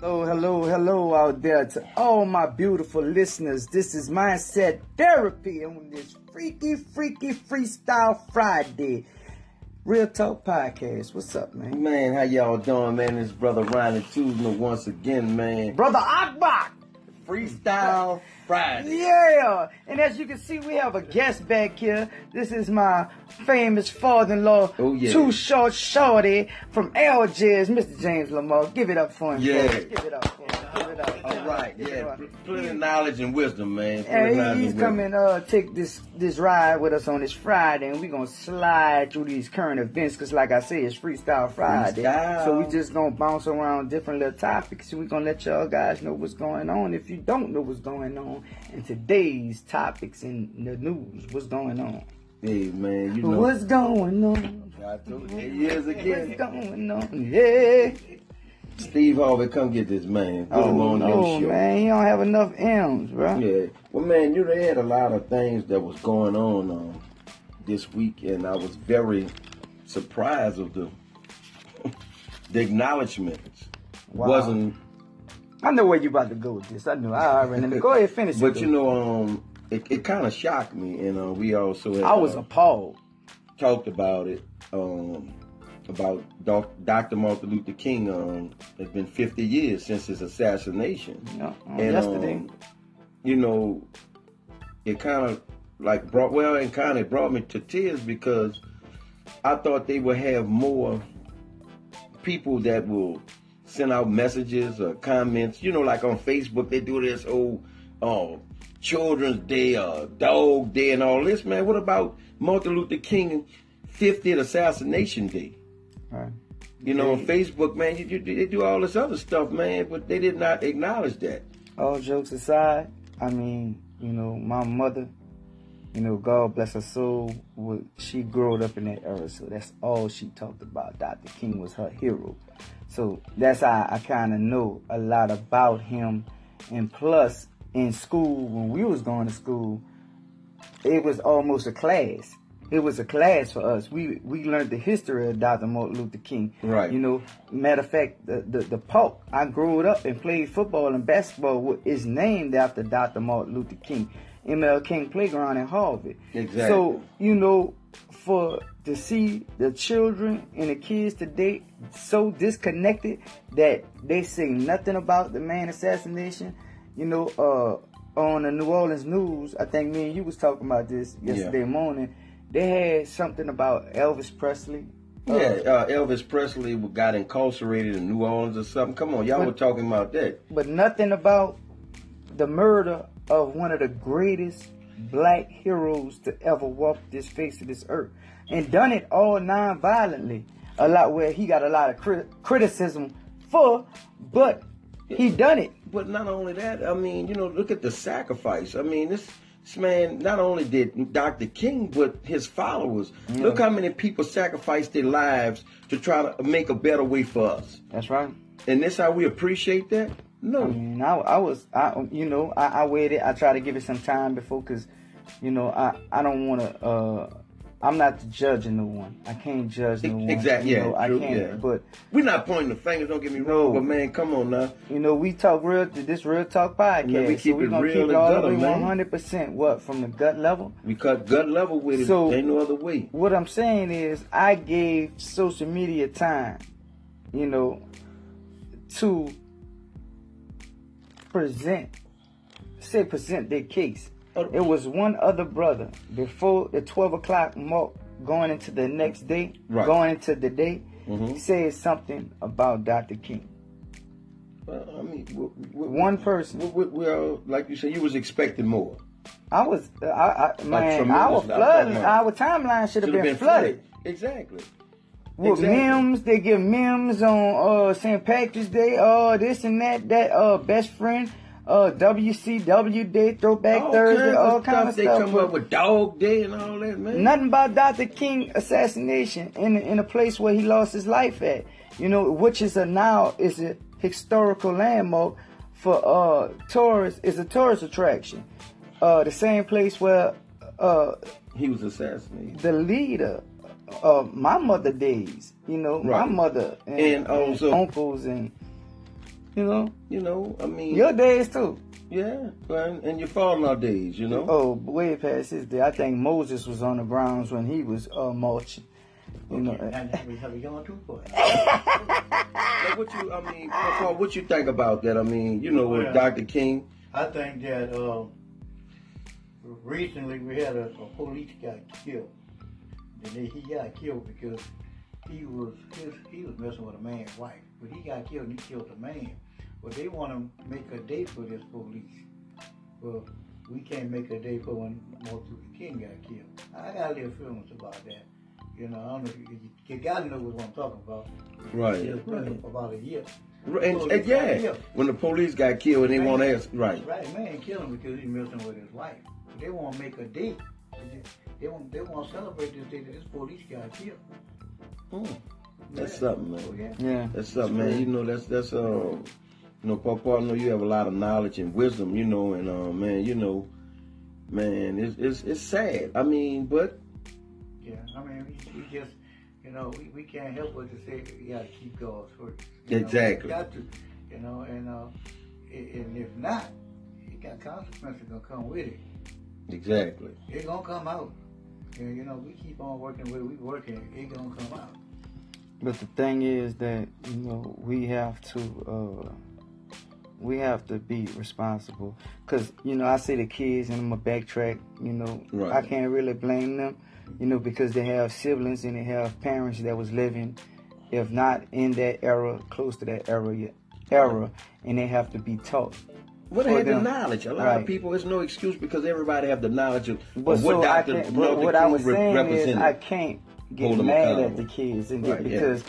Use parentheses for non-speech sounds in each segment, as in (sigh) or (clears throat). Hello, hello, hello out there to all my beautiful listeners. This is Mindset Therapy on this freaky, freaky Freestyle Friday. Real Talk Podcast. What's up, man? Man, how y'all doing, man? It's brother Ronnie Tuzman once again, man. Brother Akbach! Freestyle Friday. Yeah! And as you can see, we have a guest back here. This is my famous father-in-law, Oh, yeah. Too Short Shorty from Algiers, Mr. James Lamar. Give it up for him. Yeah. folks. Give it up for him. Give it up. All right, Give it yeah. up. Plenty of knowledge and wisdom, man. Plenty of Yeah, knowledge he, he's and wisdom. coming uh take this this ride with us on this Friday and we're gonna slide through these current events because like I said it's freestyle Friday. Freestyle. So we just gonna bounce around different little topics and we're gonna let y'all guys know what's going on if you don't know what's going on in today's topics in the news, what's going on. Hey, man, you know. What's going on? I told you, It is What's again. going on? Yeah. Steve Harvey, come get this man. Put him Oh on no, this show. man, he don't have enough M's, bro. Yeah. Well, man, you they had a lot of things that was going on um, this week, and I was very surprised of the (laughs) the acknowledgments. Wow. Wasn't I know where you about to go with this. I knew. I already go ahead finish it, But though. you know, um, it, it kind of shocked me, and uh, we also had, I was uh, appalled. talked about it um, about doc, Dr. Martin Luther King. Um, it's been 50 years since his assassination, You know, on and yesterday. um, you know, it kind of like brought well, it kind of brought me to tears because I thought they would have more people that will send out messages or comments. You know, like on Facebook, they do this old um, Children's Day or Dog Day and all this, man. What about Martin Luther King 50th Assassination Day? Right. You know, on Facebook, man, you, you, they do all this other stuff, man, but they did not acknowledge that. All jokes aside, I mean, you know, my mother, you know, God bless her soul, wa- she growed up in that era, so that's all she talked about. Dr. King was her hero. So that's how I kind of know a lot about him. And plus, in school, when we was going to school, it was almost a class. It was a class for us. We we learned the history of Dr. Martin Luther King. Right. You know, matter of fact, the the, the Polk. I grew up and played football and basketball. wa- Is named after Dr. Martin Luther King, ML King Playground in Harvard. Exactly. So you know, for to see the children and the kids today so disconnected that they say nothing about the man assassination. You know, uh, on the New Orleans news, I think me and you was talking about this yesterday morning. They had something about Elvis Presley. Yeah, Uh, uh, Elvis Presley got incarcerated in New Orleans or something. Come on, y'all were talking about that. but nothing about the murder of one of the greatest black heroes to ever walk this face of this earth and done it all non-violently a lot where he got a lot of cri- criticism for but he done it But not only that, I mean, you know, look at the sacrifice. I mean, this this man not only did Dr. King, but his followers. Look how many people sacrificed their lives to try to make a better way for us. that's right And this how we appreciate that? No. I mean, I, I was, I, you know, I, I waited. I tried to give it some time before, cause, you know, I, I don't want to. Uh, I'm not the judge of no one. I can't judge no one. Exactly, You E, yeah, know, I true, can't. yeah. But We're not pointing the fingers, don't get me wrong, but man, come on now. you know, we talk real. This real talk podcast. Man, we so keep we're it gonna real keep and it all the gutter, way man. 100. percent What from the gut level? We cut gut level with it. So- Ain't no other way. What I'm saying is, I gave social media time. You know, to present, say present their case. Oh. It was one other brother before the 12 o'clock mark going into the next day, Right. going into the day, Mhm. said something about Dr. King. Well, I mean, w- w- One person. w- w- well, like you said, you was expecting more. I was, uh, I, I, man, our tremendously, I'm talking flood, about- our timeline should have Should've been, flooded. Exactly. With Exactly. memes, they give memes on uh, St. Patrick's Day, uh, this and that, that uh, best friend, uh, WCW Day, Throwback all Thursday, kinds all of kind stuff. of they stuff. come but up with dog day and all that, man. Nothing about Dr. King assassination in in a place where he lost his life at. You know, which is a now is a historical landmark for uh tourists. Is a tourist attraction. Uh, the same place where uh He was assassinated. the leader of my mother days. You know, Right. my oh, mother and, And also- uncles and You know, You know, I mean, your days too. yeah, and, and your farm days, you know. Oh, way past his day. I think Moses was on the grounds when he was uh, mulching. You know, And we have gone too far. Like, what you, I mean, Paul, what you think about that? I mean, you know, with Well- Dr. King, I think that uh, recently we had a, a police guy killed, and then he got killed because he was his, he was messing with a man's wife, but he got killed and he killed the man. But they want to make a day for this police. Well, we can't make a day for when Martin Luther King got killed. I got little feelings about that. You know, I don't know. if You, you gotta know what I'm talking about. right? It's been about a year. Right, And, and yeah, when the police got killed, they want to ask, right? Right, man, kill him because he's messing with his wife. They want to make a day. They- They want they want to celebrate this day that this police guy killed. Mm, That's Yeah. something, man. Oh, yeah. yeah. That's something, man. You know, that's that's uh, you know, Papa. I know you have a lot of knowledge and wisdom, you know, and uh, man, you know, man, it's it's it's sad. I mean, but Yeah, I mean, we, we just, you know, we, we can't help but to say we got to keep God's word. You know, Exactly. we got to, you know, and uh, i- and if not, it got consequences gonna come with it. exactly, It's gonna come out. And, you know, we keep on working where we working. It gonna come out. But the thing is that you know we have to uh, we have to be responsible because you know I see the kids and I'm a backtrack. You know Right. I can't really blame them. You know because they have siblings and they have parents that was living, if not in that era, close to that era, era, and they have to be taught. what Well, had the then- knowledge? A lot of right. people, it's no excuse because everybody have the knowledge of, of But what so I Dr. can't, Martin but what I King was re- saying is represented. I can't get Hold 'em mad at accountable. the kids and get, Right, yeah. because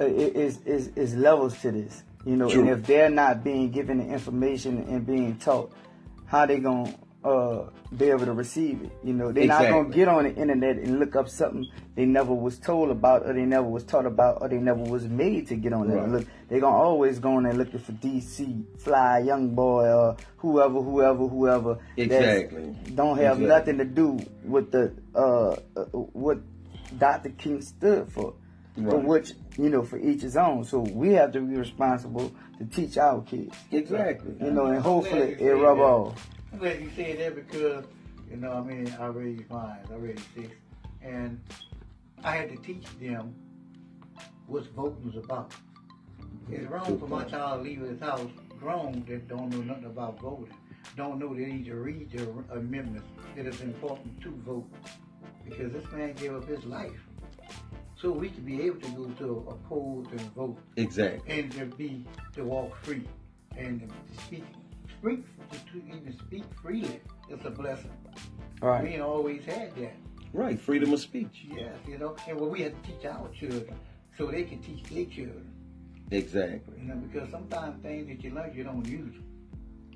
uh, it is is is levels to this, you know. True. And if they're not being given the information and being taught, how they gonna uh, be able to receive it? You know, they're not gonna Exactly. get on the internet and look up something they never was told about, or they never was taught about, or they never was made to get on there. Right. and Look, they're gonna always go on there looking for DC Fly, Young Boy, or whoever, whoever, whoever. that's- Exactly. Don't have Exactly. nothing to do with the uh, uh what Dr. King stood for. For Right. which you know, for each his own. So we have to be responsible to teach our kids. exactly. You know, and hopefully Glad you it said rub that. off. I'm glad you said that because, you know, I mean, I raised mine, I raised six, and I had to teach them what voting was about. It's wrong for my child to leave his house grown that don't know nothing about voting, don't know they need to read the amendments that is important to vote, because this man gave up his life so we could be able to go to a poll and vote Exactly. and to be to walk free and to speak speak to, to even speak freely it's a blessing we Right. ain't always had that Right. Freedom of speech. yes you know and well, we have to teach our children so they can teach their children Exactly. you know because sometimes things that you learn you don't use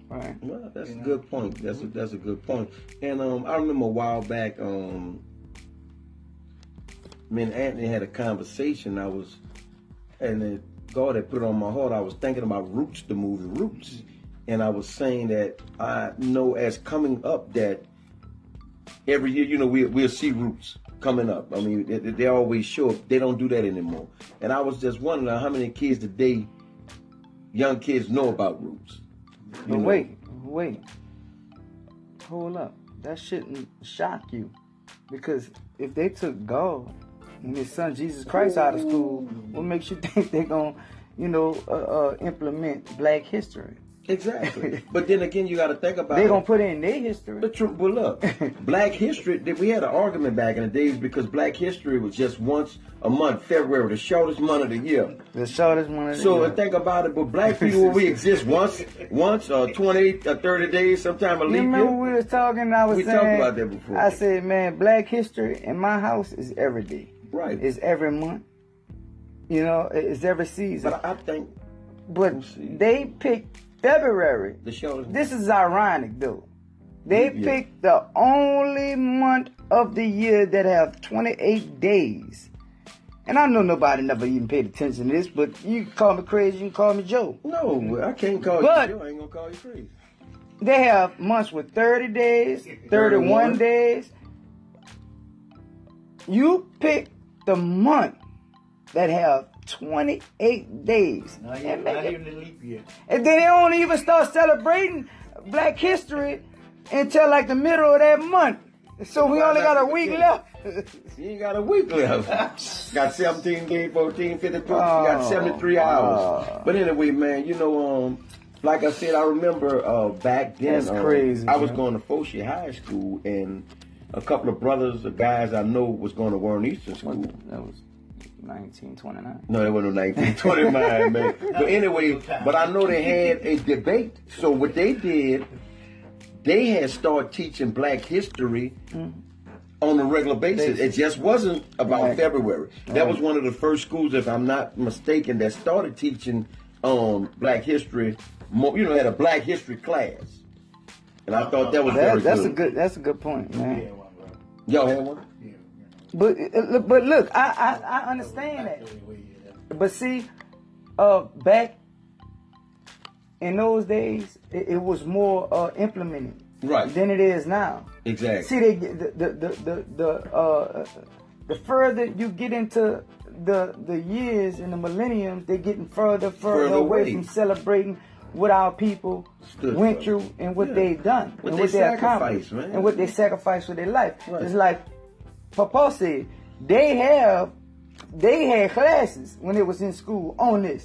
Right. Well, that's You a know? good point. That's a, that's a good point. And um, I remember a while back, um, me and Anthony had a conversation. I was, and it, God had put it on my heart. I was thinking about Roots, the movie Roots, and I was saying that I know as coming up that every year, you know, we we'll see Roots coming up. I mean, they, they always show up. They don't do that anymore. And I was just wondering how many kids today, young kids, know about Roots. But You know? wait, wait. Hold up. That shouldn't shock you. Because if they took God and his son Jesus Christ out of school, what makes you (laughs) think they're gonna, you know, uh, uh, implement black history? (laughs) Exactly. but then again, you got to think about They're it. gonna put in their history. the truth. (laughs) Well, look, Black History. th- We had an argument back in the days because Black History was just once a month, February, the shortest month of the year. The shortest one. of the So uh, year. think about it. But (laughs) Black people, we exist once, once or twenty or thirty days, sometime a You leap remember year. we was talking and I was We saying talked about that before. I said, man, black history in my house is every day. Right. It's every month. You know, it- it's every season. but I think But see. they picked February. the shortest. This is ironic though. They Yeah. picked the only month of the year that have 28 days. And I know nobody never even paid attention to this, but you can call me crazy, you can call me Joe. no, I can't call But- you. Joe. I ain't gonna call you crazy. They have months with 30 days, 31 31. days. You pick the month that have 28 days. Not And even, make not it- even the leap year. and then they don't even start celebrating Black History until like the middle of that month. So we Why only not got a the week beginning? left. You ain't got a week (laughs) left. got 17, 14, 14, 52. you got Oh, 73 hours. wow. But anyway, man, you know, um, like I said, I remember uh, back then. That's um, crazy, I was man. going to Foshie High School, and a couple of brothers, the guys I know, was going to Warren Eastern School. (laughs) That was 1929. No, they wasn't no (laughs) 1929, man. But anyway, but I know they had a debate. So what they did, they had started teaching black history on a regular basis. It just wasn't about Mm-hmm. Right. February. That was one of the first schools, if I'm not mistaken, that started teaching um, black history. More, you know, had a black history class. And I thought that was very That, that's good. a good. That's a good point, Yeah, man. one brother. Y'all had one? Yeah, But uh, but look, I, I I understand that. But see, uh, back in those days, it, it was more uh, implemented Right. than it is now. Exactly. See, they get- the the the the the, uh, the further you get into the the years and the millenniums, they're getting further further, Further away, away. from celebrating what our people Stood went for. through and what Yeah. they've done What and they what they accomplished sacrificed, man. and what they sacrificed with their life. Right. It's like Papa said, they have they had classes when they was in school on this,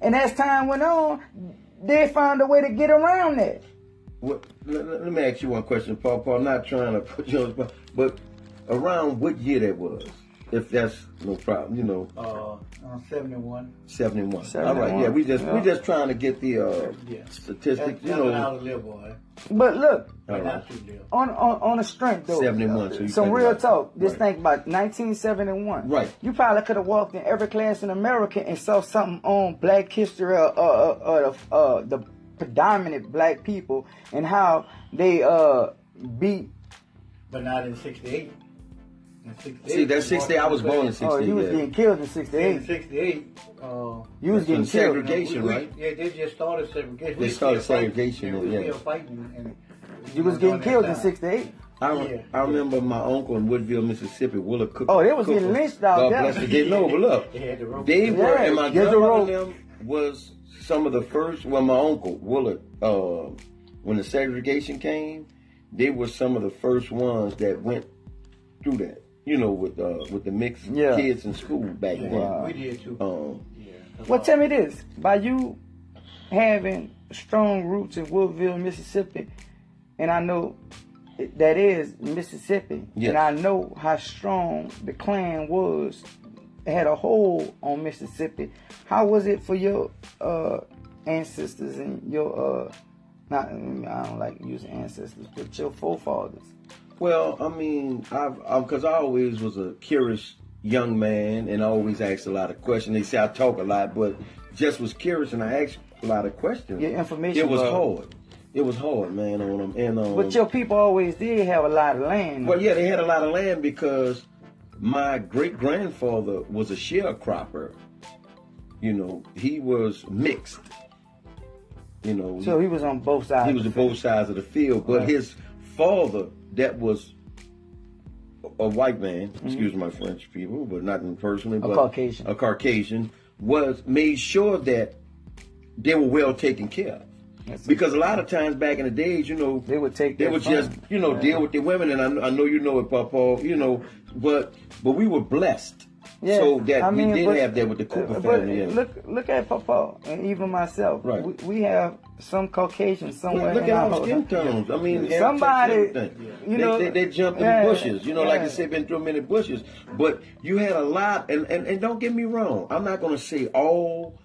and as time went on, they found a way to get around that. What, let, let- let me ask you one question, Paul. Paul, I'm not trying to put you on the spot, but around what year that was, if that's no problem, you know, Uh, on 71. 71. All 71, right, yeah, we just we yeah. just trying to get the uh, Yeah. statistics, That's you not how know. to live, boy. But look, All Not right. to live. on on, on a strength though. 71, so you Some think real about- talk. Just right. think about 1971. Right. You probably could have walked in every class in America and saw something on Black history or, or, or, or uh, the predominant Black people and how they uh beat. But not in 68. In 68 See, that's 60. I was born in 60. Oh, you was yeah. getting killed in In '68. 68, uh, You was That's when getting killed. segregation- right? Yeah, they just started segregation. They We started still fighting. segregation, we yeah. still fighting. And, You was during getting that killed in time. '68. I, Yeah. I remember my uncle in Woodville, Mississippi, Willa Cook. Oh, they was Cooper. getting lynched out God there. bless you. They know, but look, They had the rope. they were, Yeah, and my get the rope. grandmother and them was some of the first. Well, my uncle Willard, uh, when the segregation came, they were some of the first ones that went through that. You know, with uh, with the mixed Yeah. kids in school back Yeah, then. We did too. Um, yeah. Well, tell me this: by you having strong roots in Woodville, Mississippi, and I know that is Mississippi, Yes. and I know how strong the Klan was, had a hold on Mississippi. How was it for your uh, ancestors and your? Uh, not, I don't like using ancestors, but your forefathers. Well, I mean, I've because I always was a curious young man and I always asked a lot of questions. They say I talk a lot, but just was curious and I asked a lot of questions. Your information It was was- hard. It was hard, man, on them. And um, But your people always did have a lot of land. well, yeah, they had a lot of land because my great grandfather was a sharecropper. You know, he was mixed. You know, so he was on both sides. he was on both sides of the field, but Right. his father, that was a white man, excuse my French people, but not in personally, but Mm-hmm. Caucasian. a Caucasian, was made sure that they were well taken care of. That's- Because a lot of times back in the days, you know, They would take they their would fun. just, you know, deal with the women, and I, kn- I know you know it, Papa, you know, but but we were blessed, Yeah, so that I we mean, did but- have that with the Cooper but family. yeah. Look, look at Papa and even myself. Right. We, we have some Caucasian somewhere. Look in at our our whole- skin tones. I mean, Yeah. Somebody, antics and everything. you They- know, they, they, jump through yeah, bushes. You know, like yeah. they say, been through many bushes. But you had a lot, and and, and don't get me wrong. I'm not going to say all.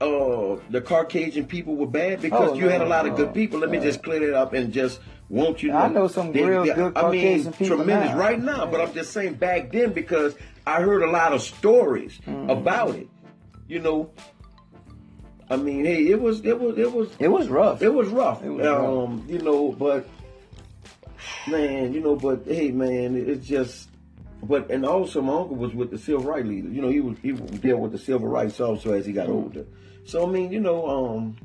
Uh, the Caucasian people were bad because Oh, you had a no, lot of no. good people. Let me Yeah. just clear that up and just want you. To I know some real good I mean, Caucasian people Tremendous now. right now, but I'm just saying back then because I heard a lot of stories Mm-hmm. about it. You know, I mean, hey, it was it was it was It was rough. it was rough. It was um, you know, but man, you know, but hey, man, it- it's just. But and also, my uncle was with the civil rights leader. You know, he was he dealt with the civil rights also as he Hmm. got older. So I mean, you know, um,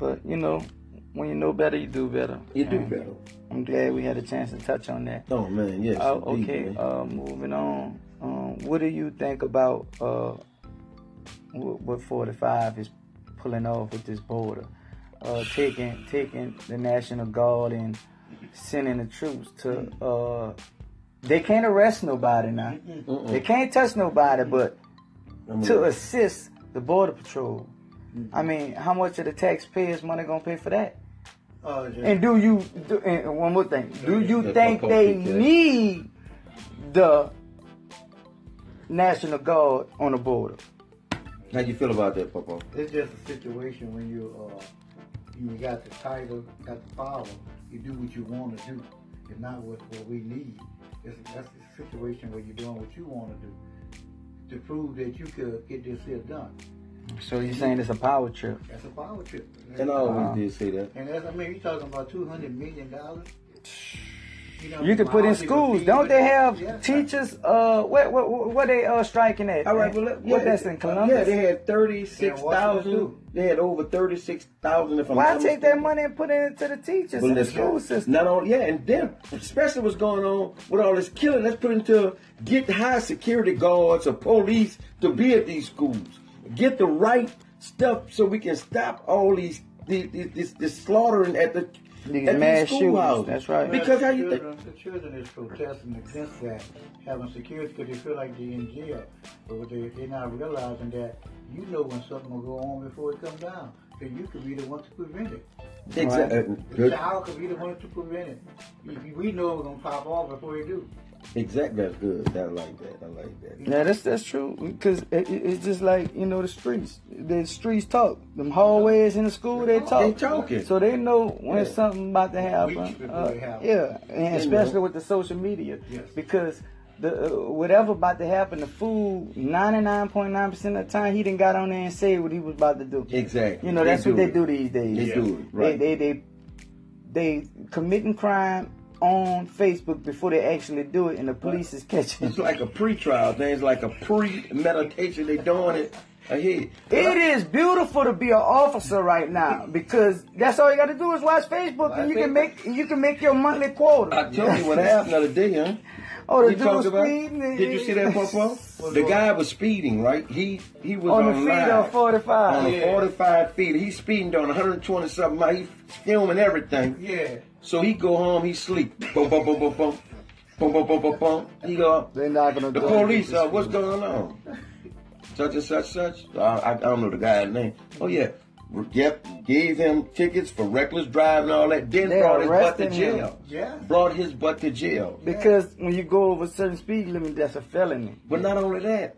but you know, when you know better, you do better. you do And better. I'm glad we had a chance to touch on that. Hmm. Oh man, yes. Oh, indeed, okay. man. Uh, moving on. Um, what do you think about uh, what, what 45 is pulling off with this border, uh, taking taking the National Guard and sending the troops to. Uh, they can't arrest nobody now. Mm-mm. They can't touch nobody, but I'm to gonna- assist the border patrol. I mean, how much of the taxpayers' money gonna pay for that? Uh, just, And do you do, and one more thing? Do you That's think my they point, yeah. need the National Guard on the border? How you feel about that, Papa? it's just a situation when you uh, you got the title, got the power, you do what you want to do. It's not what, what we need. It's, that's the situation where you're doing what you want to do to prove that you could get this here done. So you're saying it's a power trip? That's a power trip. And I Uh, always did say that. And that's, I mean, you're talking about two hundred million dollars. know, You can put in miles you schools, feed- don't they have Yeah. teachers? Uh, what what what they uh striking at? All right, well, let- what yeah, that's in Yeah, Columbus? they had thirty-six thousand. too. They had over thirty-six thousand. If I'm Why not take that mistaken. money and put it into the teachers Well, in the let's go. school system? Not only, yeah, and then especially what's going on with all this killing. Let's put into get high security guards or police to be at these schools. Get the right stuff so we can stop all these the- the- this, this slaughtering at the These at mass these schoolhouses. shootings, that's right. Because how you think? children, the children is protesting against that, having security because they feel like they're in jail, but what they they're not realizing that you know when something will go on before it comes down, and you could be the one to prevent it. Exactly. The uh, Good. child could be the one to prevent it. We- We know it's gonna pop off before it do. Exactly. That's good. I like that. I like that. Yeah, that's that's true. Because it, it- it's just like you know the streets. The streets talk. Them hallways in the school they They talk. talking. So they know when Yeah. something about to Weeks happen. before Uh, it happens. yeah, and They especially know. with the social media. Yes. Because the uh, whatever about to happen, the fool ninety nine point nine percent of the time he didn't got on there and said what he was about to do. Exactly. You know that's They what they do do these days. They do it, right. They they they, they committing crime on Facebook before they actually do it, and the police is catching. It's like a pre-trial thing. It's like a pre-meditation. They doing it ahead. It is beautiful to be an officer right now because that's all you got to do is watch Facebook and you can make you can make your monthly quota. I told you what happened the other day, huh? Oh, the We dude talked was about- speeding. and- Did you see (laughs) that, Popo? The guy was speeding, right? He he was On on, the feet live, Oh, of 45. On Yeah. 45 feet. He's speeding on 120 something miles. He's filming everything. Yeah. So he go home, he sleep. Boom, boom, boom, boom, boom. Boom, boom, boom, boom, boom. He go up. They're not gonna. The do it. police, uh, what's going on? Such and such, such. I, I, I don't know the guy's name. Oh, yeah. Re- Yep, gave him tickets for reckless driving and all that. Then They brought his butt to arresting him. jail. Yeah. Brought his butt to jail. because when you go over a certain speed limit, that's a felony. But not only that,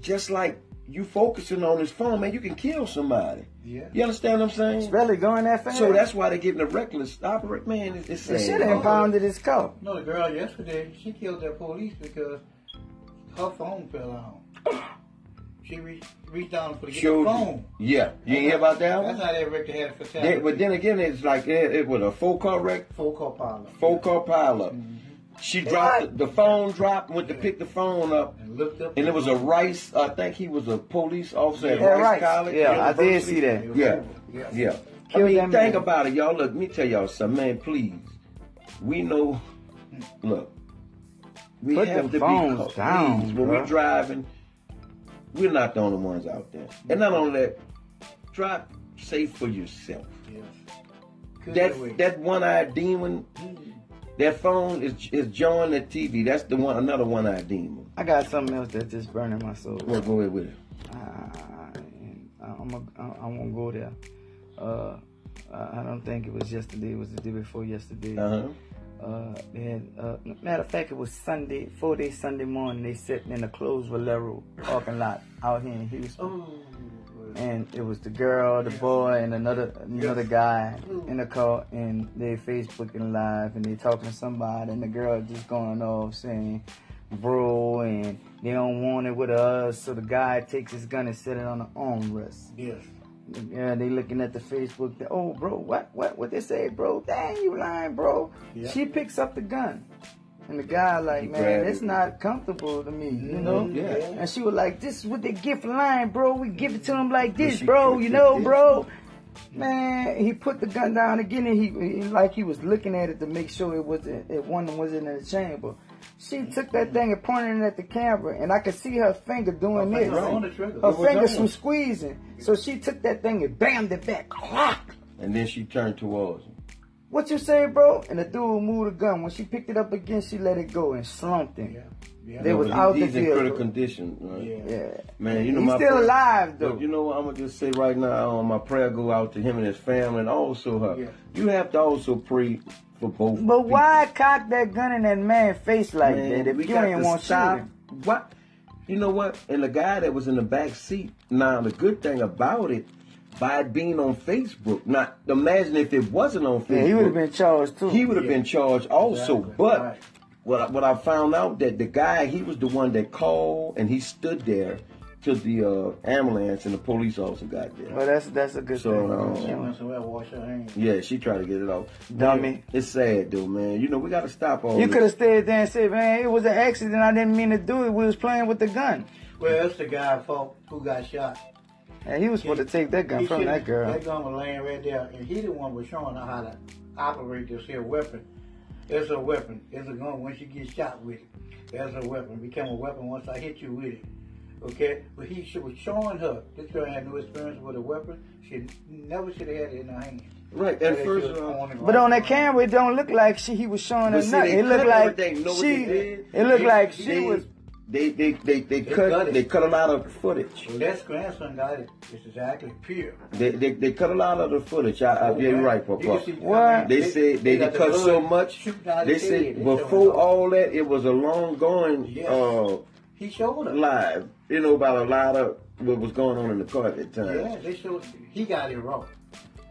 just like you focusing on this phone, man, you can kill somebody. Yeah. You understand what I'm saying? Especially going that fast. So that's why they're getting a reckless operate. Man, it's, it's they sad. should have impounded his car. No, the girl yesterday, she killed that police because her phone fell out. (coughs) She reached, reached down for the Showed- phone. Yeah, you didn't hear about that That's one? how that Richter had a They- fatality. but then again, it's like eh, it, it was a four car wreck, Full car pilot. four car pileup. Mm-hmm. She dropped the, the phone, dropped, went to pick the phone up, And looked up. and it was a Rice. I think he was a police officer at Yeah, Rice right. College. Yeah, I did University. see that. Yeah, Yeah. yeah. Kill I mean, that man. think about it, y'all. Look, let me tell y'all something, man. Please, we know. Look, we Put have the to phones be down, please, when bruh. we're driving. We're not the only ones out there, and not only that, drive safe for yourself. Yes. That that one-eyed demon, that phone is is joined the TV. That's the one, another one-eyed demon. I got something else that's just burning my soul. Well, go ahead with it. I, I, I'm a, I, I won't go there. Uh, I I don't think it was yesterday. It was the day before yesterday. Uh huh. Uh, they had, uh, matter of fact, it was Sunday, four days Sunday morning. They sitting in the closed Valero parking lot out here in Houston, Oh, and it was the girl, the boy, and another another guy in the car, and they Facebooking live, and they talking to somebody, and the girl just going off saying, "Bro," and they don't want it with us, so the guy takes his gun and set it on the armrest. Yes. Yeah, they looking at the Facebook. They, oh, bro, what, what, what they say, bro? Dang, you lying, bro. Yeah. She picks up the gun, and the guy like, man, grabbed it's it. Mm-hmm. not comfortable to me, you know. Mm-hmm. yeah. And she was like, this is what they get for lying, bro. We give it to him like this, she bro. put You it know, this- bro. Man, he put the gun down again, and he, he like he was looking at it to make sure it was it one was in the chamber. She took that thing and pointed it at the camera, and I could see her finger doing Her this. finger on the trigger. Her It was fingers on. from squeezing. So she took that thing and bammed it back. Clock. And then she turned towards him. What you say, bro? And the dude moved the gun. When she picked it up again, she let it go and slumped him. Yeah. Yeah. They You know, was he- out the He's in field. critical condition. Right? Yeah. Yeah. Man, you know He's my still prayer- alive, though. Look, You know what I'm gonna just say right now? uh, my prayer go out to him and his family, and also her. Yeah. You have to also pray for both. But people. why cock that gun in that man's face like Man, that if we you got ain't to want to shoot stop. him? What? You know what? And the guy that was in the back seat. Now the good thing about it, by it being on Facebook. Now imagine if it wasn't on Facebook. Yeah, he would have been charged too. He would have been charged also, Exactly. but Right. Oh, what I, what I found out that the guy he was the one that called and he stood there till the uh, ambulance and the police officer got there. Well, that's that's a good So, um, She thing. went somewhere, washed her hands. Yeah, she tried to get it off. Dummy. Yeah, it's sad though, man. You know we got to stop all You this. could have stayed there and said, "Man, it was an accident. I didn't mean to do it. We was playing with the gun, Well, that's the guy fault who got shot. and he was supposed to take that gun He from should've- that girl." That gun was laying right there, and he the one was showing her how to operate this here weapon. It's a weapon. It's a gun. Once you get shot with it, that's a weapon. It became a weapon once I hit you with it. Okay, but he she was showing her. This girl had no experience with a weapon. She never should have had it in her hand. Right, and She first uh, was of all- throwing it But on around. that camera, it don't look like she he was showing her But see, nothing. they It looked cut like everything. Know what she. they did? It looked They- like they, she was. They they they, they They cut cut it. they cut a lot of footage. Well, that's grandson got it. It's exactly pure. They, they they cut a lot of the footage. I, I yeah, you're right, You Papa. can see- What? They said they, got the cut so blood much. shooting out They his head. said They showing before her. all that, it was a long going Yes. uh, He showed her. live. You know about a lot of what was going on in the car at that time. Yeah, they showed he got it wrong.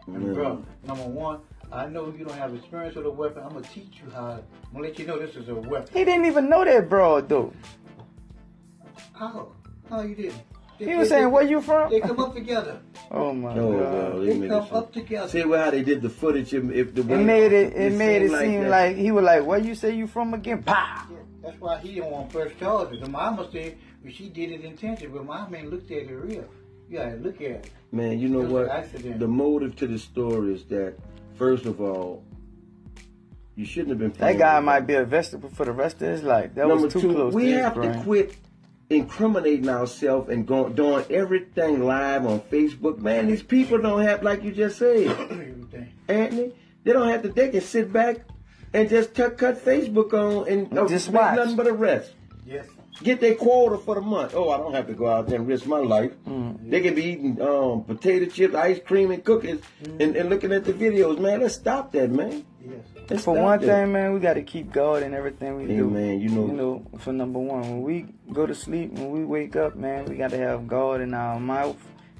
And Yeah. Bro, number one, I know you don't have experience with a weapon. I'm gonna teach you how. I'm gonna let you know this is a weapon. He didn't even know that broad though. How? How you did? They- He was they- saying, they- "Where you from?" (laughs) They come up together. Oh my Oh, god. well, They made come it up seem- together. See well, how they did the footage. If, if the It way- made it. It made it seemed seem that- like he was like, "Where you say you from again?" Pow. Yeah, that's why he didn't want first charges. The mama said well, she did it intentionally, but mama ain't looked at it real. You gotta look at it. (clears throat) Man, you know It was what? an accident. The motive to the story is that, first of all, you shouldn't have been. That playing guy with might be a vegetable for the rest of his life. That Number was too two, close. we to his have to brain. quit incriminating ourselves and going doing everything live on Facebook. Man, these people don't have, like you just said, Everything. Anthony. They don't have to. They can sit back and just tuck, cut Facebook on and uh, Just make watch. nothing but a rest. Yes. Get their quota for the month. Oh, I don't have to go out there and risk my life. Mm. They can be eating um, potato chips, ice cream, and cookies, Mm. and, and looking at the videos. Man, let's stop that, man. Yes. Let's For stop one that. thing, man, we got to keep God in everything we do. Amen. You know- you know, for number one, when we go to sleep, when we wake up, man, we got to have God in our mouth,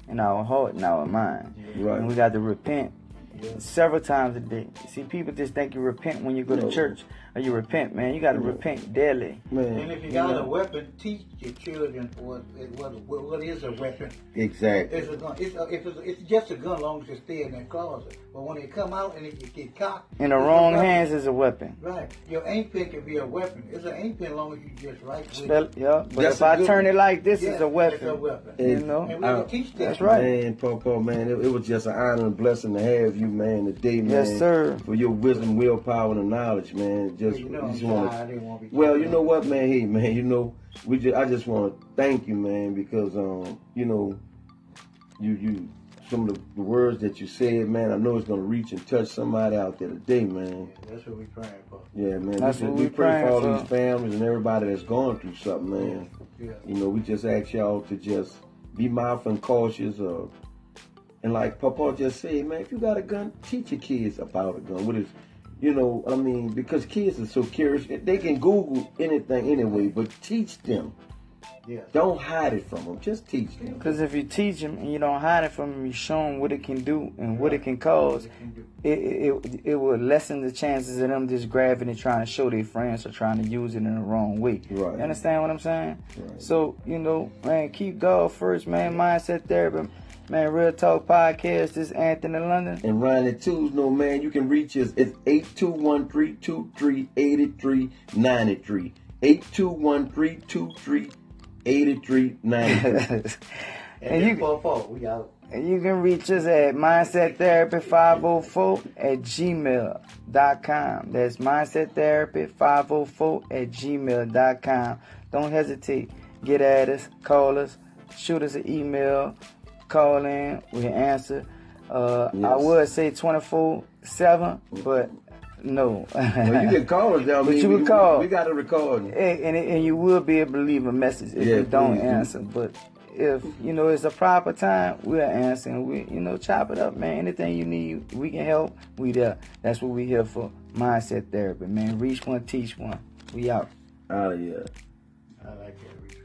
in our heart, in our mind. Right. And we got to repent Yes. several times a day. See, people just think you repent when you go No. to church, or you repent, man. You got to repent daily. And if man. you got a weapon, teach your children what what what, what is a weapon. Exactly. It's a gun. It's, a, if it's, it's just a gun, as long as it stay in that closet. But when they come out and it get cocked, In the it's a wrong weapon. hands is a weapon. Right. Your ain't pin can be a weapon. It's an ain't pin, as long as you just right with it. That- yeah, but That's if a I good turn it one. like this, Yeah, it's a weapon. It's a weapon. You know? And we can teach that. That's right. Man, Popo, man, it, it was just an honor and blessing to have you, man, today, man. Yes, sir. For your wisdom, willpower, and knowledge, man. Just, You know, just I'm wanna- sorry, I didn't want to be. Well, you know what, man? Hey, man, you know, we just, I just want to thank you, man, because um, you know, you you some of the, the words that you said, man. I know it's gonna reach and touch somebody out there today, man. That's what we praying for. Yeah, man. That's we, what we we pray for praying all for. these families and everybody that's going through something, man. Yeah. You know, we just ask y'all to just be mindful and cautious of. And like Papa just said, man, if you got a gun, teach your kids about a gun. What is, you know, I mean, because kids are so curious, they can Google anything anyway. But teach them. Yes. Don't hide it from them. Just teach them. Because if you teach them and you don't hide it from them, you show them what it can do and what it can cause. What it can do. It, it it- it will lessen the chances of them just grabbing and trying to show their friends or trying to use it in the wrong way. Right. You understand what I'm saying? Right. So you know, man, keep God first, man. Mindset therapy, man. Real talk podcast. This Anthony London. And Ryan at Twos, no man, you can reach us at 821-323-8393. 821-323-8393. and And you four four, we out. And (laughs) you can reach us at mindsettherapy504 at gmail.com. That's mindsettherapy504 at gmail.com. Don't hesitate. Get at us, call us, shoot us an email, call in, we answer. Uh, I Yes. would say 24 7, but no. Well, you can call us down. But mean, you we- can call. We, got a recording. and, and, and you will be able to leave a message if Yeah, we don't please do. answer. But if you know it's a proper time, we'll answer. And we you know chop it up, man. Anything you need, we can help. We there. That's what we here for. Mindset therapy, man. Reach one, teach one. We out. Oh yeah. I like that.